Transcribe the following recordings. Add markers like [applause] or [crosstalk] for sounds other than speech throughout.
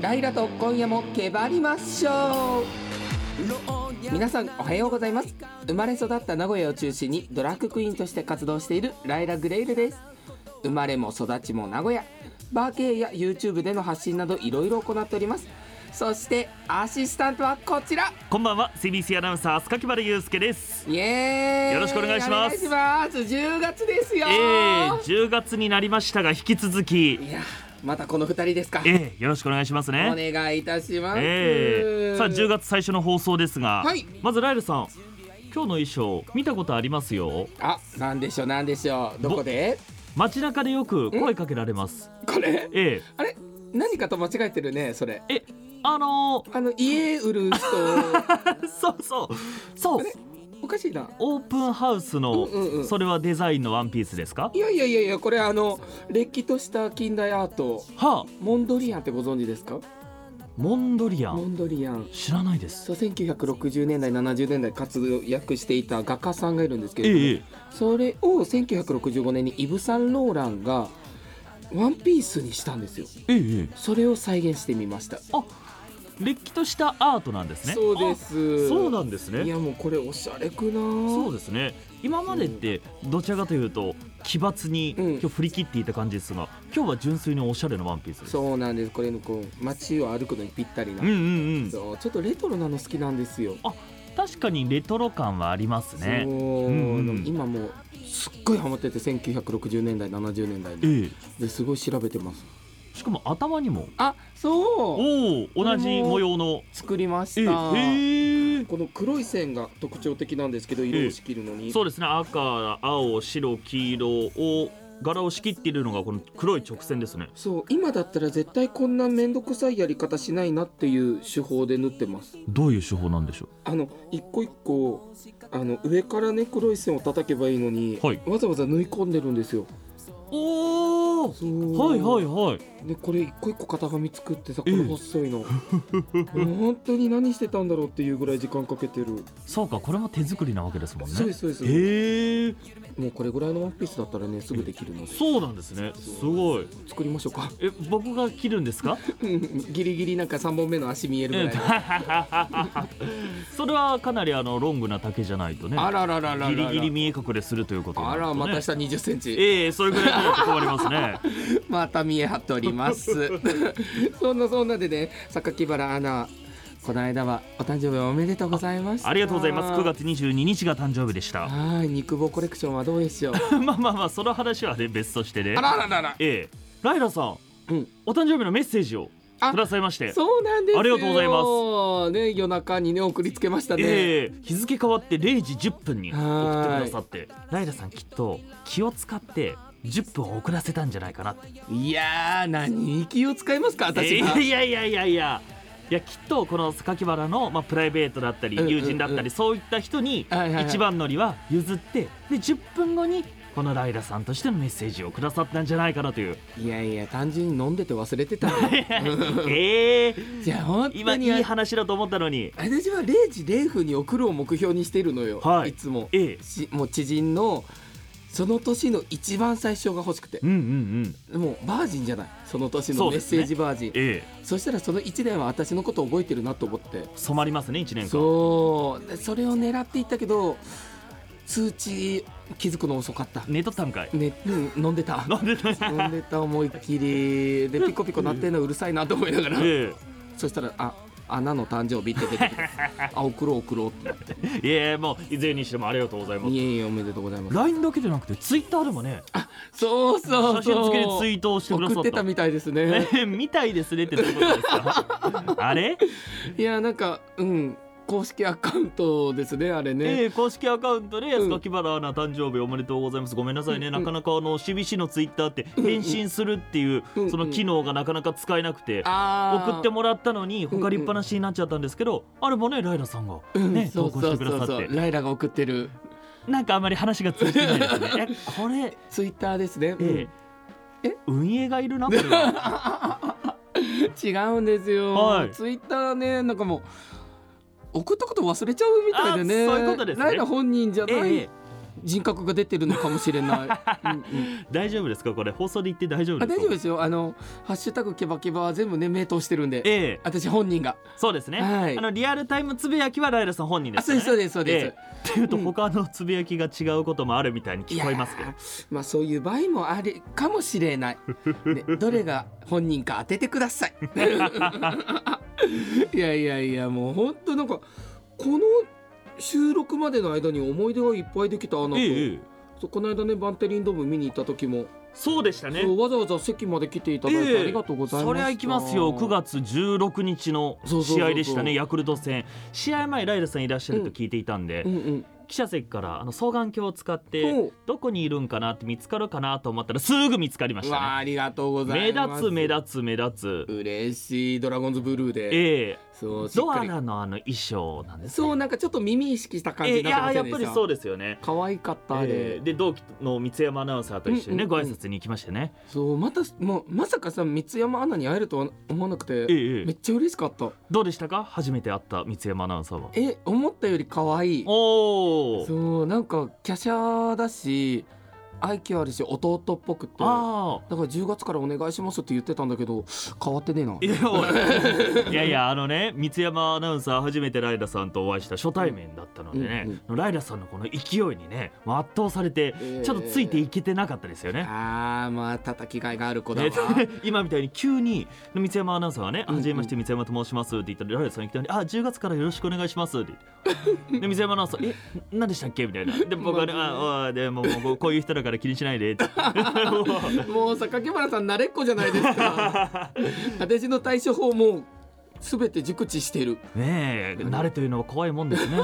ライラと今夜もけばりましょう皆さんおはようございます生まれ育った名古屋を中心にドラッグクイーンとして活動しているライラグレイルです生まれも育ちも名古屋バー系や YouTube での発信などいろいろ行っておりますそしてアシスタントはこちらこんばんは CBC アナウンサー塚木原祐介ですイエーイよろしくお願いしますお願いします10月ですよえー、10月になりましたが引き続きいやまたこの二人ですかえー、よろしくお願いしますおね願いいたします、えー、さあ10月月最初の放送ですが、はいまずライルさん今日の衣装見たことありますよあ、なんでしょうなんでしょうどこで街中でよく声かけられますこれえあれ何かと間違えてるねそれー、えあのあの家売 [laughs] る人ー、 [laughs] そうそうそうれおかしいなオープンハウスの、うんうんうんそれはデザインのワンピースですかいやいやいやいやこれあのれっきとした近代アートはあモンドリアンってご存知ですかモンドリアモンンドリアン知らないですそう1960年代70年代活躍していた画家さんがいるんですけえれども、ー、えそれを1965年にイブ・サンローランがワンピースにしたんですよー、えー、それを再現してみました、あ、れっきとしたアートなんですね。そうですあ。そうなんですいね。やもうこれおしゃれくなそうでですね。今までってどちらかというと奇抜にうん今日振り切っていた感じですが、今日は純粋におしゃれなワンピースです。そうなんですこれのこう街を歩くのにぴったりな、うんうんうん。そうちょっとレトロなの好きなんですよ、確かにレトロ感はありまそすうね。、うんうん今もうすっごいハマってて1960年代70年代にええ。ですごい調べてますしかも頭にも。あそうおお、同じ模様の。作りまえしえた、へえ。この黒い線が特徴的なんですけど色を仕切るのに、そうですね。赤、青、白、黄色を柄を仕切っているのがこの黒い直線ですね。そう今だったら絶対こんな面倒くさいやり方しないなっていう手法で縫ってますどういう手法なんでしょあの一個一個あの上からね黒い線を叩けばいいのに、はいわざわざ縫い込んでるんですよう。おお。そうはいはいはい。でこれ一個一個型紙作ってさこええれ細い [laughs] のもう本当に何してたんだろうっていうぐらい時間かけてる、そうか、これも手作りなわけですもんね。そうですそうです、へえもうこれぐらいのワンピースだったらねすぐできるのでそうなんですね。すごい。作りましょうか [laughs] え、僕が切るんですか？ギリギリなんか3本目の足見えるぐえらいの、 [laughs] それはかなりあのロングな丈じゃないとね。あららららららギリギリ見え隠れするということになあるらとねまた下2 0ンチええそれぐらいじゃないと困りますね。 [laughs] また見え張っております [laughs] そんなそんなでね榊原アナこの間はお誕生日おめでとうございましたありがとうございます。9月22日が誕生日でした。 [laughs] はい肉棒コレクションはどうでしょうまあまあまあその話はね別としてねあ。ららららええライラさん、うんお誕生日のメッセージをあくださいまして。そうなんですよありがとうございますね夜中にね送りつけましたね、ええ日付変わって0時10分には送ーいってくださってライラさんきっと気を使って10分遅らせたんじゃないかなっていやー何気を使いますか私が、えーいやいやいやいやいやきっとこの榊原の、まあ、プライベートだったりうんうんうん友人だったり、そういった人にはいはいはい一番乗りは譲ってで10分後にこのライラさんとしてのメッセージをくださったんじゃないかなと [laughs] いういやいや単純に飲んでて忘れて [laughs] たええじゃあ本今当いにい話だと思ったのに私は0時0分に送るを目標にしてるのよ、はいいつもええしもう知人のその年の一番最初が欲しくてうんうんうんもうバージンじゃないその年そのうメッですねセージバージンそ,、ええしたらその1年は私のことを覚えてるなと思って染まりますね1年間そうでそれを狙っていったけど通知気づくの遅かった、寝とったんかいねうん、飲んで [laughs] たなんでだよ飲んでた思いっきりでピコピコ鳴ってんのうるさいなと思いながら、えそしたら「あ穴の誕生日」って出てき [laughs] て「あ送ろう送ろう」ってなってえ [laughs] いやいやもういずれにしてもありがとうございまいすえいえおめでとうございます LINE だけでなくて Twitter でもねそうそ写うそう真付けでツイートをしてくださ送っってたたみたいですね [laughs] えみたいですねってどういうことですか [laughs] あれ、いやなんかうん公式アカウントですねあれね、えー公式アカウントでうん榊原アナ誕生日おめでとうございますごめんなさいね、うんうなんかなかあの CBC のツイッターってうん返信するっていう、うんうんその機能がなかなか使えなくて、あ送ってももらったのに他りっぱなしになっちゃったんですけど、あれもねライラさんがうん、ねそう投稿そしうてくだそさうってそうライラが送ってるなんかあまり話が通じてないですねえこれ、ツイッターですね、えーえ運営がいるな [laughs] これはうん違うんですよ、はいツイッターねなんかもう送ったこと忘れちゃうみたいでねあそういうことですねライラ本人じゃない、ええ人格が出てるのかもしれ [laughs] ない、うんうん大丈夫ですかこれ放送で言って大丈夫あです大か丈夫ですよあの「ハッシュタグケバケバ」は全部ね目通してるんでええ私本人がそうですね、はいあのリアルタイムつぶやきはライラさん本人であすそうよでねすそうですそうです、ええっていうとうん他のつぶやきが違うこともあるみたいに聞こえますけどいやーまあそういう場合もあるかもしれない、 [laughs] ね、どれが本人か当ててくださいいやいやいやもう本当なんかこの収録までの間に思い出がいっぱいできたなと、ええええそうこの間ねバンテリンドーム見に行った時も、そうでしたねそうわざわざ席まで来ていただいてありがとうございました、そりゃ行きますよ9月16日のそうそうそう試そう合でしたねヤクルト戦試合前ライラさんいらっしゃると聞いていたんで、うんうん記者席からあの双眼鏡を使って、おうどこにいるんかなって見つかるかなと思ったらすぐ見つかりましうたわねあありがとうござい目立ますつ目立つ目立つ嬉しいドラゴンズブルーでええそうしっドかアりナのあの衣装なんですねそうなんかちょっと耳意識した感えじえにいなってませやーやんでっぱしたりそうですよね可愛かったあれ、ええで同期の三ツ山アナウンサーと一緒にね、うんうんうんご挨拶に行きましてねそうまたもうまさかさ三山アナに会えるとは思わなくえて、ええめえっちゃ嬉しかったどうでしたか初めて会った三ツ山アナウンサーはえ思ったより可愛いおおそうなんか華奢だし愛嬌あるし弟っぽくてだかああら10月からお願いしますって言ってたんだけど変わってねえないやおいいやいやあのね三山アナウンサー初めてライラさんとお会いした初対面だったのでね、うんライラさんのこの勢いにね圧倒されてちょっとついていけてなかったですよね。あーまあ叩きがいがある子だわ、ね [laughs] 今みたいに急に三山アナウンサーがね「うんうんはじめまして三山と申します」って言ったらライラさんに来たのに「あ10月からよろしくお願いします」って言ってで三山アナウンサー「えな何でしたっけ?」みたいなで僕はね「まあねああでももうこうこういう人だから気にしないで」ってもう榊原さん慣れっこじゃないですか [laughs] 私の対処法もすべて熟知してるねえ慣れというのは怖いもんですね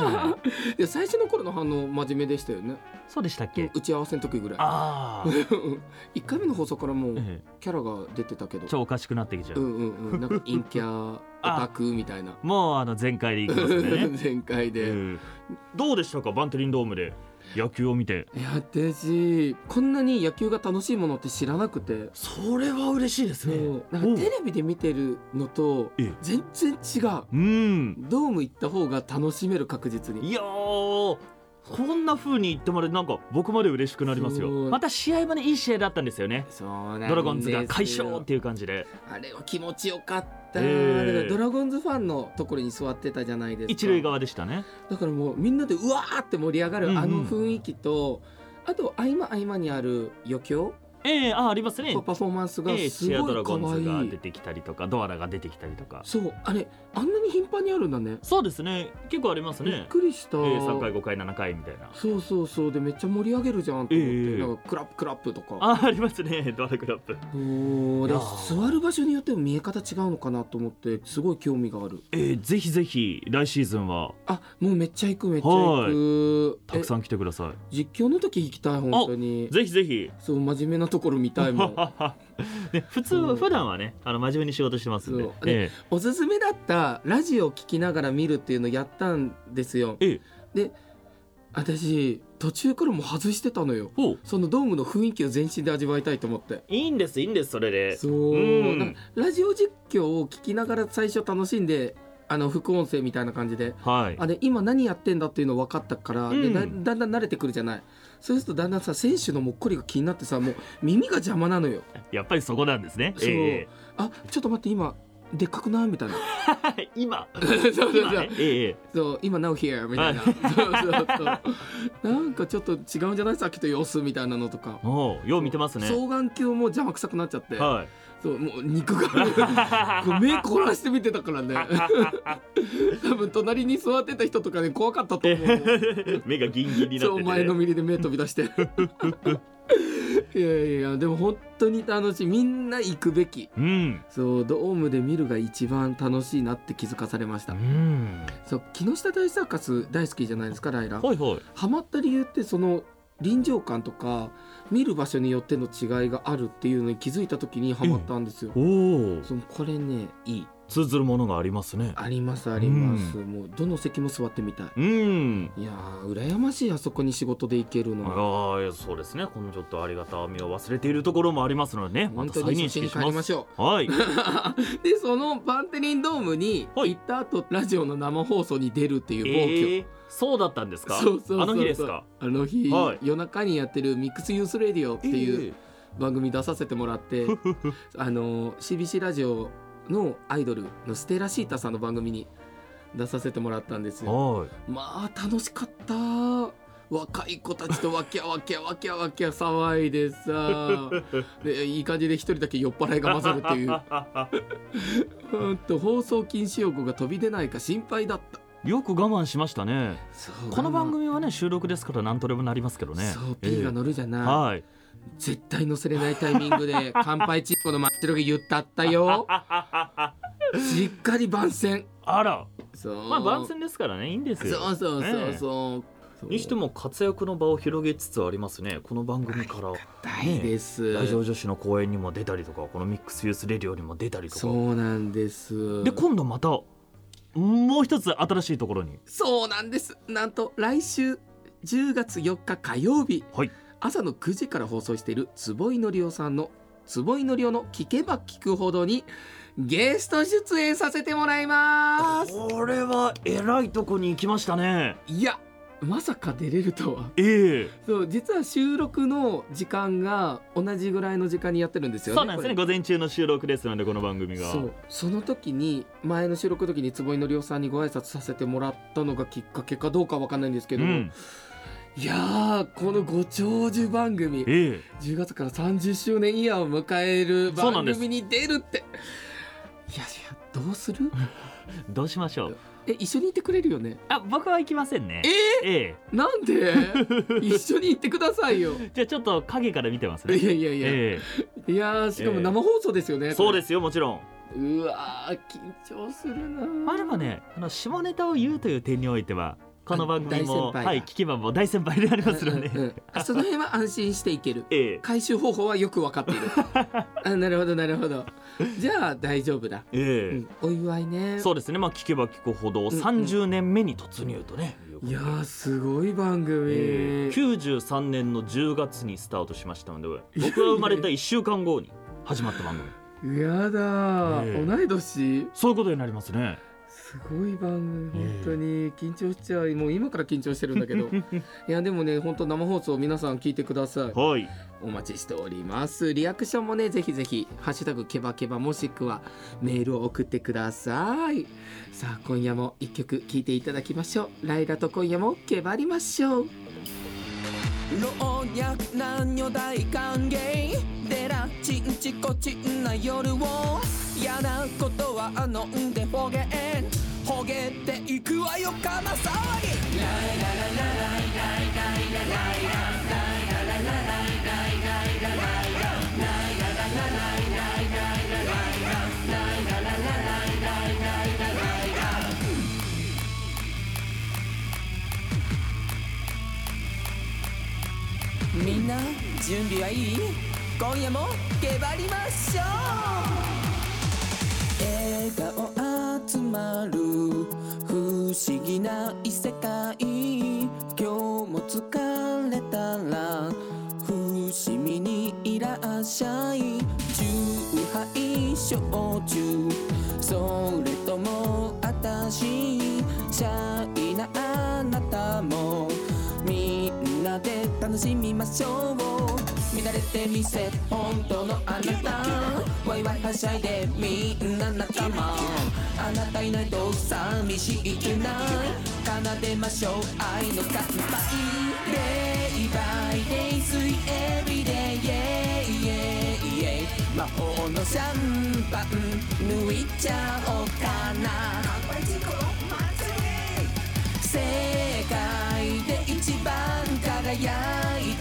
で最初の頃の反応真面目でしたよねそうでしたっけ打ち合わせの時ぐらいああ [laughs] 1回目の放送からもうえキャラが出てたけどえ、超おかしくなってきちゃうう、んうんうんなんか陰キャオ [laughs] タクみたいな、もうあの全開でいきますね、前回え [laughs] で、えどうでしたかバンテリンドームで野球を見ていや私こんなに野球が楽しいものって知らなくてそれは嬉しいですそうなんかテレビで見てるのとええ全然違ううんドーム行った方が楽しめる確実にいやーこんな風に言ってもらえてなんか僕まで嬉しくなりますよそうまた試合もねいい試合だったんですよねそうなんですよドラゴンズが快勝っていう感じであれは気持ちよかった、ええだからドラゴンズファンのところに座ってたじゃないですか一塁側でしたねだからもうみんなでうわーって盛り上がうんうるんあの雰囲気と、あと合間合間にある余興、ええあありますねパフォーマンスがええすチアごドラい可ゴンズが愛い、出てきたりとかドアラが出てきたりとかそうあれあんなに頻繁にあるんだねそうですね結構ありますびっねくりした、ええ3回5回7回みたいなそうそうそうでめっちゃ盛り上げるじゃんと思って、ええなんかクラップクラップとかあありますねドアラクラップそういでやー座る場所によっても見え方違うのかなと思ってすごい興味があるえー、ぜひぜひ来シーズンはあもうめっちゃ行くめっちゃ行くたくさんん来てください実況の時行きたい本当にぜひぜひそう真面目なところ見たいもん [laughs] ね、普通そはう普段はねあの真面目に仕事してますんでそうえおすすめだったラジオを聞きながら見るっていうのをやったんですよ。ええで私途中からもう外してたのよえほうそのドームの雰囲気を全身で味わいたいと思って。いいんですいいんですそれでそう、うんなんかラジオ実況を聞きながら最初楽しんであの副音声みたいな感じで。はいあれ今何やってんだっていうの分かったから、うでんだだんだん慣れてくるじゃないそうするとだんだんさ選手のもっこりが気になってさもう耳が邪魔なのよやっぱりそこなんですねそう [laughs] えあちょっと待って今でっかくないみたいなえ [laughs] 今 [laughs] そうそうそう今ねええそう今 Now here みたいな、はそうそうそうなんかちょっと違うんじゃないさっきと様子みたいなのとかおうよう見てますね双眼鏡も邪魔くさくなっちゃって、はいそうもう肉がこう目凝らして見てたからね多分隣に座ってた人とかね怖かったと思う [laughs] 目がギンギンになそうって前てのねめりで目飛び出していやいやでも本当に楽しいみんな行くべきうんそうドームで見るが一番楽しいなって気づかされましうた、んそう木下大サーカス大好きじゃないですかライラはいはいハマった理由ってその臨場感とか見る場所によっての違いがあるっていうのに気づいた時にハマったんですよ、おおそうこれねいい通ずるものがありますねありますあります、もうどの席も座ってみたいうんいやー羨ましいあそこに仕事で行けるのはああいやそうですねこのちょっとありがたみを忘れているところもありますのでねま本た当再に認初心識にし帰りまますしょ [laughs] はいうでそのバンテリンドームにはい行った後ラジオの生放送に出るっていう暴挙、えー、そうだったんですかそうそうそうそうあの日ですかあの日、はい夜中にやってるミックスユースレディオっていう番組出させてもらって、あの CBC ラジオのアイドルのステラシータさんの番組に出させてもらったんですよ。はいまあ楽しかった若い子たちとわきゃわきゃわきゃわきゃ騒いでさでいい感じで一人だけ酔っ払いが勝るっていううんと放送禁止用語が飛び出ないか心配だった。よく我慢しましたねそうこの番組はね収録ですから何とでもなりますけどねそう P が乗るじゃない、ええはい絶対乗せれないタイミングで乾杯チッコの真っ白が言ったったよしっかり番宣あらそうまあ番宣ですからねいいんですよそうそうそうそう、そうにしても活躍の場を広げつつありますねこの番組から大です、大乗女子の公演にも出たりとかこのミックスユースレディオにも出たりとそかうなんですで今度またもう一つ新しいところにそうなんですなんと来週10月4日火曜日、はい朝の9時から放送している坪井のりおさんの坪井のりおの聞けば聞くほどにゲスト出演させてもらいますこれはえらいとこに行きましたねいやまさか出れるとはええそう実は収録の時間が同じぐらいの時間にやってるんですよね。そうなんですねこ午前中の収録ですのでこの番組れがそうその時に前の収録の時に坪井のりおさんにご挨拶させてもらったのがきっかけかどうかわかんないんですけうど、んいやーこのご長寿番組ええ10月から30周年イヤーを迎えるそうな番んです組に出るっていやいやどうするどうしましょうえ一緒にいてくれるよねあ僕は行きませんねええなん [laughs] で一緒に行ってくださいよえじゃあちょっと影から見てますいやねいやいや、えいやーしかも生放送ですよね、えそうですすよもちろんうわー緊張するなーまあでもねあの下ネタを言うという点においてはこの番組大先輩もだはい聞けばもう [laughs] 大先輩でありますので、うんうんうんその辺は安心していけるええ回収方法はよく分かっている [laughs] あなるほどなるほどじゃあ大丈夫だ、ええうん、お祝いねそうですねまあ聞けば聞くほどんうん30年目に突入とね、いうこといでやーすごい番組、ええ93年の10月にスタートしましたので僕が生まれた1週間後に始まった番組やだー、ええ同い年そういうことになりますねすごい番組え本え当に緊張しちゃうもう今から緊張してるんだけ [laughs] どいやでもね本当生放送皆さん聞いてくださいはいお待ちしておりますリアクションもねぜひぜひハッシュタグケバケバもしくはメールを送ってくださいさあ今夜も一曲聴いていただきましょうライラと今夜もケバりましょう老若男女大歓迎でらちんちこちんな夜を嫌なことは飲んでほげんほげていくわよかな騒ぎみんな準備はいい今夜もけばりましょう笑顔集まる不思議な異世界今日も疲れたら伏見にいらっしゃい十杯焼酎それともあたしシャイなあなたもみんなで楽しみましょう乱れてみせ本当のあなたワイワイはしゃいでみんな仲間あなたいないと寂しいくない奏でましょう愛の乾杯 Day by day, sweet every day, yeah, yeah, yeah 魔法のシャンパン抜いちゃおうかな世界で一番輝い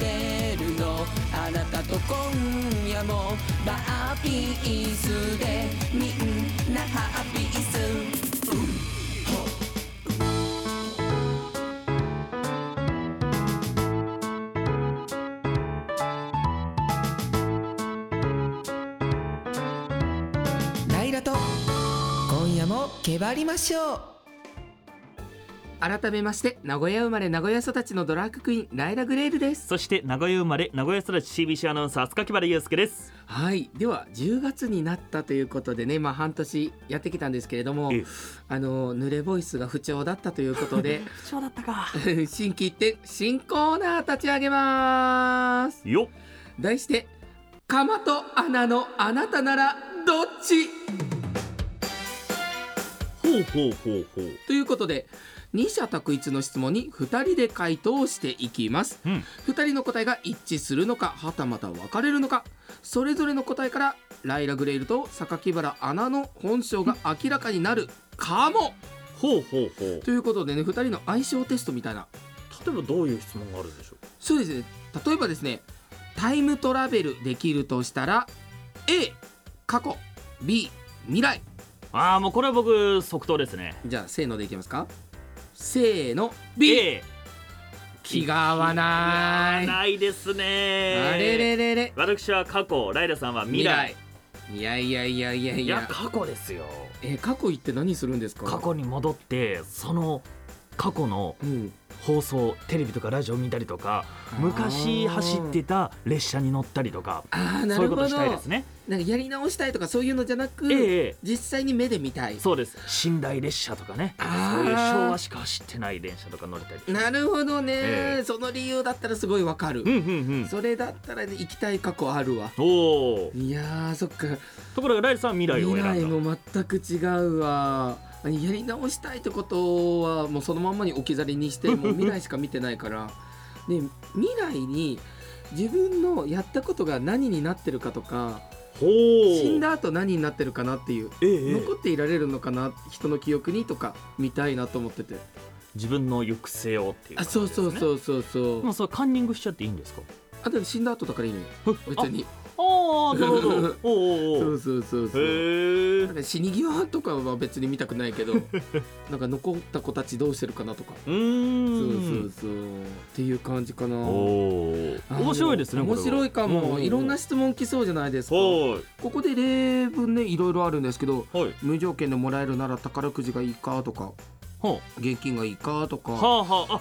てるのあなたと今夜もバーピースでみんなハッピースライラと今もけばりましょう改めまして名古屋生まれ名古屋育ちのドラッグクイーンライラグレールですそして名古屋生まれ名古屋育ち CBC アナウンサー塚木原祐介ですはいでは10月になったということでねまあ半年やってきたんですけれどもええあの濡れボイスが不調だったということで不調だったか [laughs] 新規一点新コーナー立ち上げますよっ題して「釜と穴のあなたならどっち?」ほうほうほうほうということで二者択一の質問に2人で回答していきますうん2人の答えが一致するのかはたまた分かれるのかそれぞれの答えからライラ・グレイルと榊原アナの本性が明らかになるかもほうほうほうということでね2人の相性テストみたいな例えばどういう質問があるんでしょうそうですね例えばですねタイムトラベルできるとしたら A 過去 B 未来ああもうこれは僕即答ですねじゃあせーのでいきますかせーの B、 A 気が合わないないですねあれれれれ私は過去ライラさんは未来未来いやいやいやいやいいやや過去ですよえ過去行って何するんですか過去に戻ってその過去のうん放送テレビとかラジオ見たりとか昔走ってた列車に乗ったりとかあーあーなそういるうほどことしたいですねなんかやり直したいとかそういうのじゃなく、ええ実際に目で見たいそうです寝台列車とかねそうあーいう昭和しか走ってない電車とか乗れたりなるほどね、ええその理由だったらすごいわかる、うんうんそれだったら、ね、行きたい過去あるわうんおおいやーそっかところがライラさんは未来を未選来んだも全く違うわやり直したいってことはもうそのまんまに置き去りに [laughs] してもう未来しか見てないからで未来に自分のやったことが何になってるかとかほう死んだ後何になってるかなっていうええええ残っていられるのかな人の記憶にとか見たいなと思ってて自分の抑制をっていうあ感じそうそううそうそうそうもうそれカンニングしちゃっていいんですかあでも死んだ後だからいいのよ別にああ [laughs] なるほどおおそおうそうそうおそうへえなんか死に際とかは別に見たくないけ [laughs] どなんか残った子たちどうしてるかなとかうそーうんそうそうっていう感じかなおあのお面白いですねこれ面は白いかうんうんもうんいろんな質問来そうじゃないですかはここで例文ねいろいろあるんですけどいはい無条件でもらえるなら宝くじがいいかとかは現金がいいかとあかはあはあ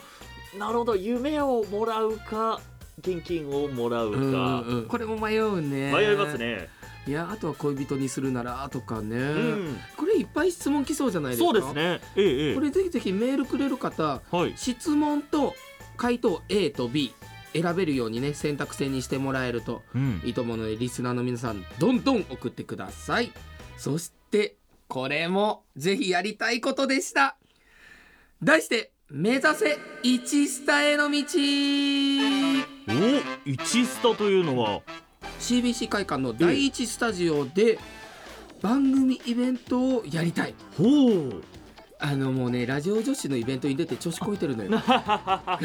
あなるほど夢をもらうか現金をもらううんうんかうんこれも迷うね迷いますねいやあとは恋人にするならとかね、うんこれいっぱい質問来そうじゃないですかそうですねえええこえれぜひぜひメールくれる方はい質問と回答 A と B 選べるようにね選択制にしてもらえるとうんいいと思うのでリスナーの皆さんどんどん送ってくださいそしてこれもぜひやりたいことでした題して目指せ一スタへの道お一スタというのは CBC 会館の第一スタジオで番組イベントをやりたいほ [laughs] うあのもうねラジオ女子のイベントに出て調子こいてるのよあ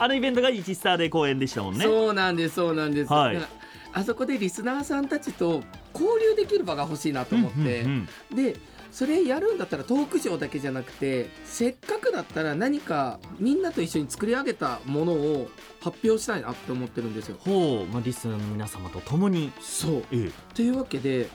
のイベントが一スタで公演でしたもんねそうなんですそうなんです、はいだからあそこでリスナーさんたちと交流できる場が欲しいなと思って、うんうんでそれやるんだったらトークショーだけじゃなくてせっかくだったら何かみんなと一緒に作り上げたものを発表したいなって思ってるんですよ。うんほうまあリスナーの皆様と共にそうええというわけで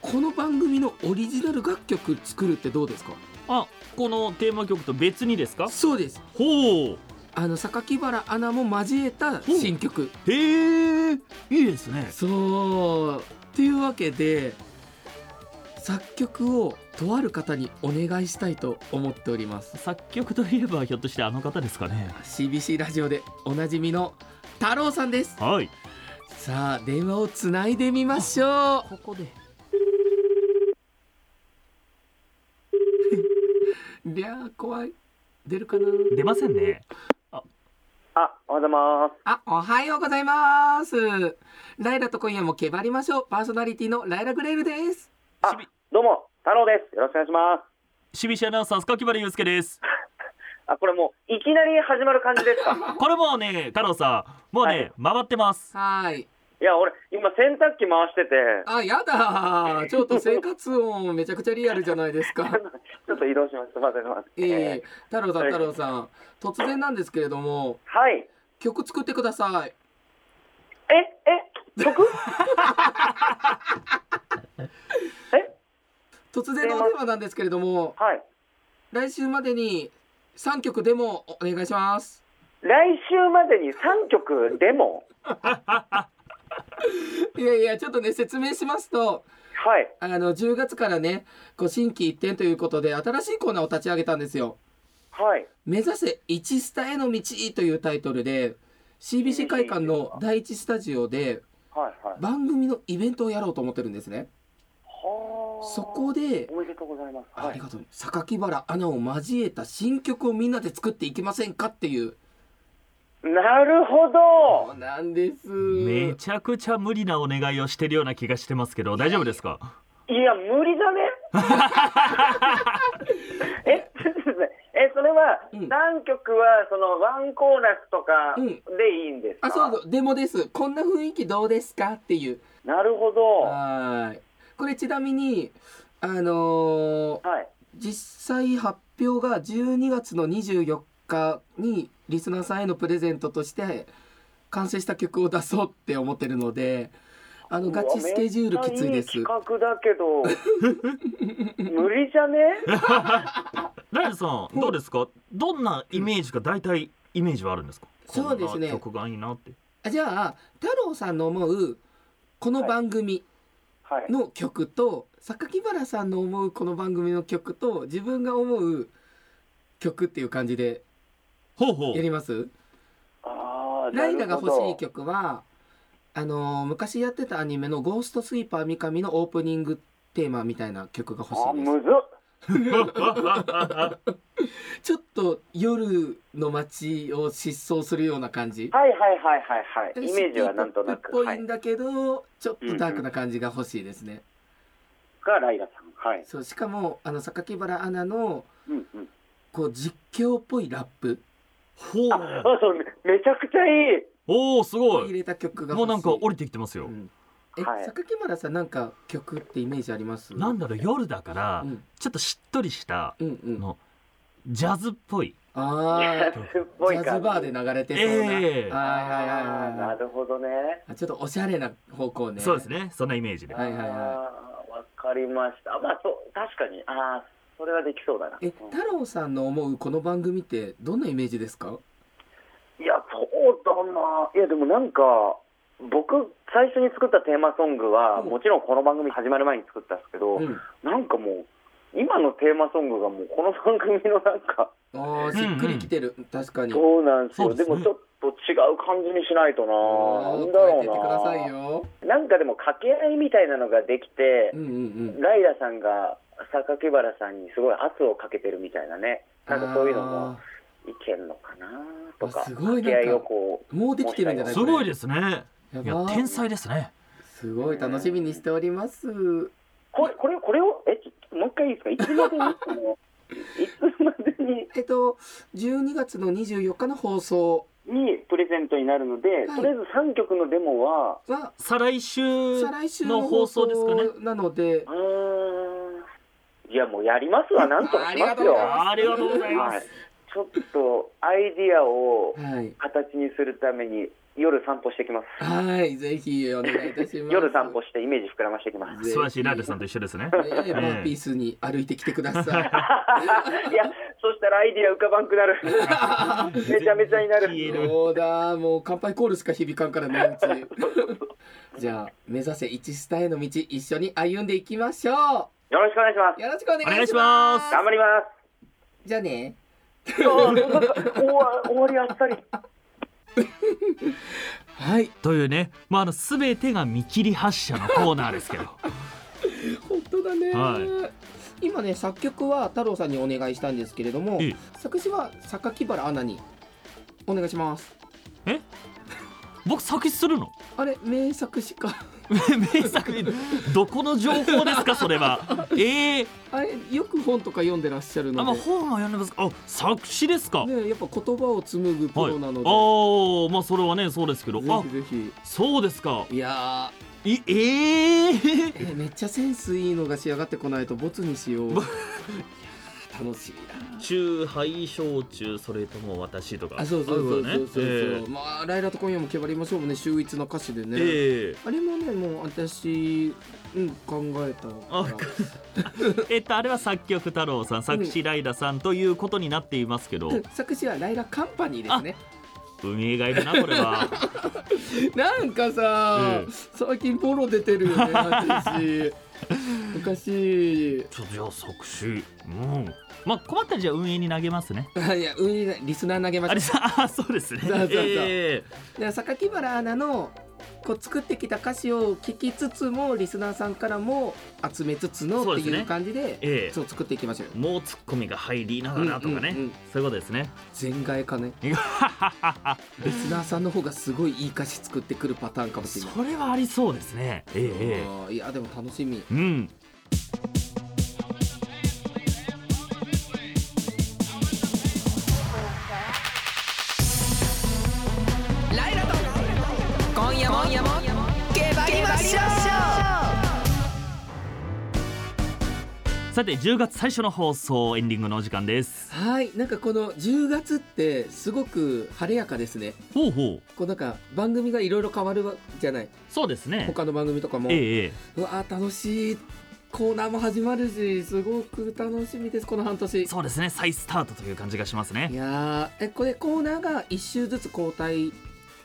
この番組のオリジナル楽曲作るってどうですかあこのテーマ曲と別にですかそうですほうあの榊原アナも交えた新曲へえいいですねそうというわけで作曲をとある方にお願いしたいと思っております作曲といえばひょっとしてあの方ですかね CBC ラジオでおなじみの太郎さんですはいさあ電話をつないでみましょここでうりゃー怖い出るかな出ませんねあ、おはようございます。あおはようございますライラと今夜もけばりましょうパーソナリティのライラグレールですあ、どうも、太郎です。よろしくお願いします。 CBC アナウンサー塚木原祐介ですあ、これもう、いきなり始まる感じですか [laughs] これもうね太郎さんもうね、回ってますはーいいや、俺、今、洗濯機回してて、あやだーちょっと生活音めちゃくちゃリアルじゃないですかちょっと移動します。すみません、すみません。ええ太郎さんはい太郎さん突然なんですけれどもはい。曲作ってくださいえ、 [laughs] え、曲え、突然のお電話なんですけれども、はい。来週までに3曲でもお願いします。来週までに3曲でも、いやいや、ちょっとね、説明しますと、はい。あの、10月からね、こう新規一点ということで、新しいコーナーを立ち上げたんですよ。はい。目指せ1スタへの道というタイトルで、CBC 会館の第一スタジオで、はい。はい。番組のイベントをやろうと思ってるんですね。はあそこで、おめでとうございます。あはりい。がとう。榊原アナを交えた新曲をみんなで作っていきませんかっていう。なるほど。そうなんです。めちゃくちゃ無理なお願いをしてるような気がしてますけど大丈夫ですかいや、無理 [laughs] だね。え、ちょっと待ってえ、それは、うん何曲は、その、ワンコーナスとかうんでいいんですか、あ、そうそう、デモです。こんな雰囲気どうですかっていう。なるほど。ははーい。これちなみに、あのーい。実際発表が12月の24日にリスナーさんへのプレゼントとして完成した曲を出そうって思ってるので、あの、ガチスケジュールきついですう。わめっちゃいい企画だ [laughs] けど、無理じゃねライルさんどうですかどんなイメージか大体イメージはあるんですかそうですねこんな曲がいいなってあじゃあ、太郎さんの思う、この番組はい。の曲と、榊原さんの思うこの番組の曲と、自分が思う曲っていう感じでほうほやうりますあーライダが欲しい。なる曲はあのー昔やってたアニメの「ゴーストスイーパー三上」のオープニングテーマみたいな曲が欲ほどあ、しいでむずっ。すちょっと夜の街を疾走するような感じはいはいはいはいはい。イメージはなんとなシティく。ポップっはぽいんい。だけど、ちょっとダークな感じが欲しいですね、がライダさん。はい。そうしかもあの榊原アナのうんうん。こう実況っぽいラップ [laughs] ほあう、そう、めちゃくちゃいい。おおすごを入いれた曲が欲しいもうなんか降りてきてますよ、うんえ、はい榊原さんなんか曲ってイメージありますなんだろう夜だから、うんちょっとしっとりしたうんうんのジャズっぽいああ [laughs] すっごいジ感じャズバーで流れてそうな。えはいはえいあーはいなはいるほどね。あ。ちょっとおしゃれな方向ね。そうです。ねそんなイメージで、はいはいはいあーわかりました。まあ、そう、確かに。ああ、それはできそうだな。え、太郎さんの思うこの番組ってどんなイメージですか？いや、そうだな。いや、でもなんか、僕、最初に作ったテーマソングは、うんもちろんこの番組始まる前に作ったんですけど、うん。なんかもう、今のテーマソングがもう、この番組のなんか、ああ、しっくりきてる。確かに。そうなんですよ。そうでですねもちょっと違う感じにしないとな。あなんだ変えろてってくださいうな。よ。なんかでも掛け合いみたいなのができてう、んうんライダさんが榊原さんにすごい圧をかけてるみたいなね、うなんん。かそういうのあもいけんのかなとか、あすごいなんか掛け合いをこう、ーもうできてるんじゃないすごいですねす。やいやばー天才ですねすごい楽しみにしております。これこれこれを、え、ちょもう一回いいですか、いつまでに、その [laughs] いつまでにえっと、12月の24日の放送にプレゼントになるので、はいとりあえず3曲のデモは、は再来週再来週のの放放送ですかね送なのでう、ーん、いや、もうやりま [laughs] すわ、なんとかしますよ。あありがとうございまはい、ちょっとアイディアをはい。形にするために、夜散歩してきます。はい、ぜひお願いいたします。 [laughs] 夜散歩してイメージ膨らましてきます。ぜひ素晴らしいライルさんと一緒ですねねえ、マーピースに歩いてきてくださ [laughs] いや、そしたらアイディア浮かばんくな [laughs] る。めちゃめちゃになる。い。消えるそうだ、もう乾杯コールしか響かんからね、うち。 [laughs] じゃあ、目指せ一スタへの道、一緒に歩んでいきましょよろしくお願いしますう。。よろしくお願いします。お願いします頑張ります。じゃあね。 [laughs] 終わ終わりあっさり。はい、というね、まあ、あの全てが見切り発車のコーナーですけど [laughs] 本当だね。は今ね、作曲は太郎さんにお願いしたんですけれどもええ、作詞は榊原アナにお願いします。僕作詞するの [laughs] あれ、名作詞か。 [laughs] 名作どこの情報ですかそ [laughs] れはええあれ、よく本とか読んでらっしゃるあまのあで。本は読んでますあ作詞ですか、ね、やっぱ言葉を紡ぐプはいロなので。ああまあそれはねそうですけどあぜひぜそうですかひ。いやいえ [laughs] え [laughs] ー、えめっちゃセンスいいのが仕上がってこないとボツにしよう。楽しみだ中杯焼酎それとも私とかあそうそうそうあそるうそうそう、わねまあライラと今夜もけばりましょうもね秀逸な歌詞でえね、ーえーあれもねもう私、うん、考えたあからえっとあれは作曲太郎さん作詞ライダさんということになっていますけど、うん作詞はライラカンパニーですね海以外だなこれはなんかさ、うん最近ボロ出てるよ [laughs] ね私おかしいちょっとじゃあ作詞うんまあ困ったらじゃあ運営に投げますねあいや運営リスナー投げまあれしさあそうですねそうそうそうえたで榊原アナのこう作ってきた歌詞を聞きつつもリスナーさんからも集めつつのそうってですねいう感じでーえそう作っていきましょうよーもうツッコミが入りながらとうんうかね、んうんそういうことですね全外か [laughs] ねリスナーさんの方がすごいいい歌詞作ってくるパターンかもしれないそれはありそうですねえーえーあーいやでも楽しみうん今夜も今夜もけばりましょさて10月最初の放送エンディングのお時間ですはいなんかこの10月ってすごく晴れやかですねほうほうこうなんか番組がいろいろ変わるわじゃないそうですね他の番組とかも、えええうわー楽しいコーナーも始まるしすごく楽しみですこの半え年そうですね再スタートという感じがしますいねやーえこれコーナーが1周ずつ交代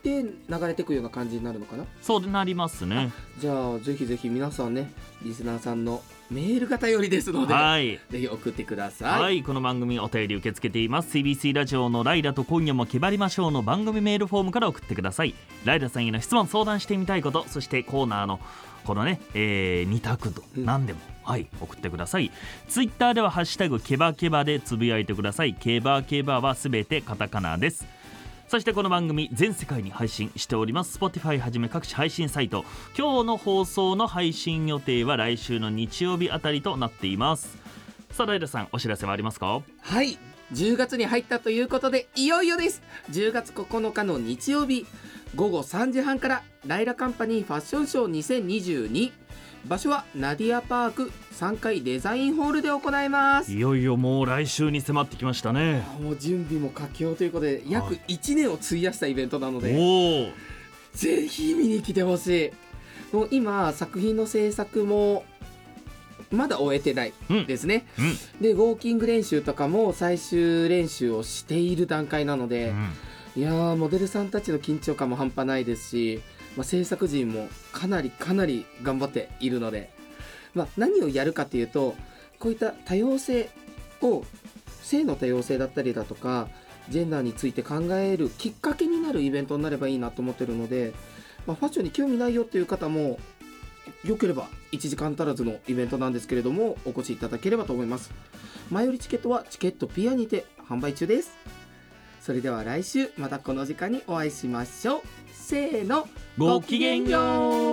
で流れていくような感じになるのかなそうなりますねじゃあぜひぜひ皆さんねリスナーさんのメールが頼りですのではいぜひ送ってください、はい、この番組お便り受け付けています CBC ラジオの「ライダと今夜も決まりましょう」の番組メールフォームから送ってくださいライダさんへの質問相談してみたいことそしてコーナーのこのね、えー、二択とうん何でも、はい送ってくださいツイッターでは「ハッシュタグケバケバ」でつぶやいてくださいケバケバはすべてカタカナですそしてこの番組全世界に配信しております Spotify はじめ各種配信サイト今日の放送の配信予定は来週の日曜日あたりとなっていますさあライダさんお知らせはありますかはい10月に入ったということでいよいよです10月9日の日曜日午後3時半からライラカンパニーファッションショー2022場所はナディアパーク3階デザインホールで行いますいよいよもう来週に迫ってきましたねもう準備も佳境ということで約1年を費やしたイベントなのおでおぜひ見に来てほしいもう今作品の制作もまだ終えてないうんですね、うんでウォーキング練習とかも最終練習をしている段階なので、うんいやーモデルさんたちの緊張感も半端ないですし、まあ、制作陣もかなりかなり頑張っているので、まあ、何をやるかというとこういった多様性を性の多様性だったりだとかジェンダーについて考えるきっかけになるイベントになればいいなと思ってるので、まあ、ファッションに興味ないよっていう方もよければ1時間足らずのイベントなんですけれどもお越しいただければと思います前売りチケットはチケットピアにて販売中ですそれでは来週またこの時間にお会いしましょうせーのごきげんよう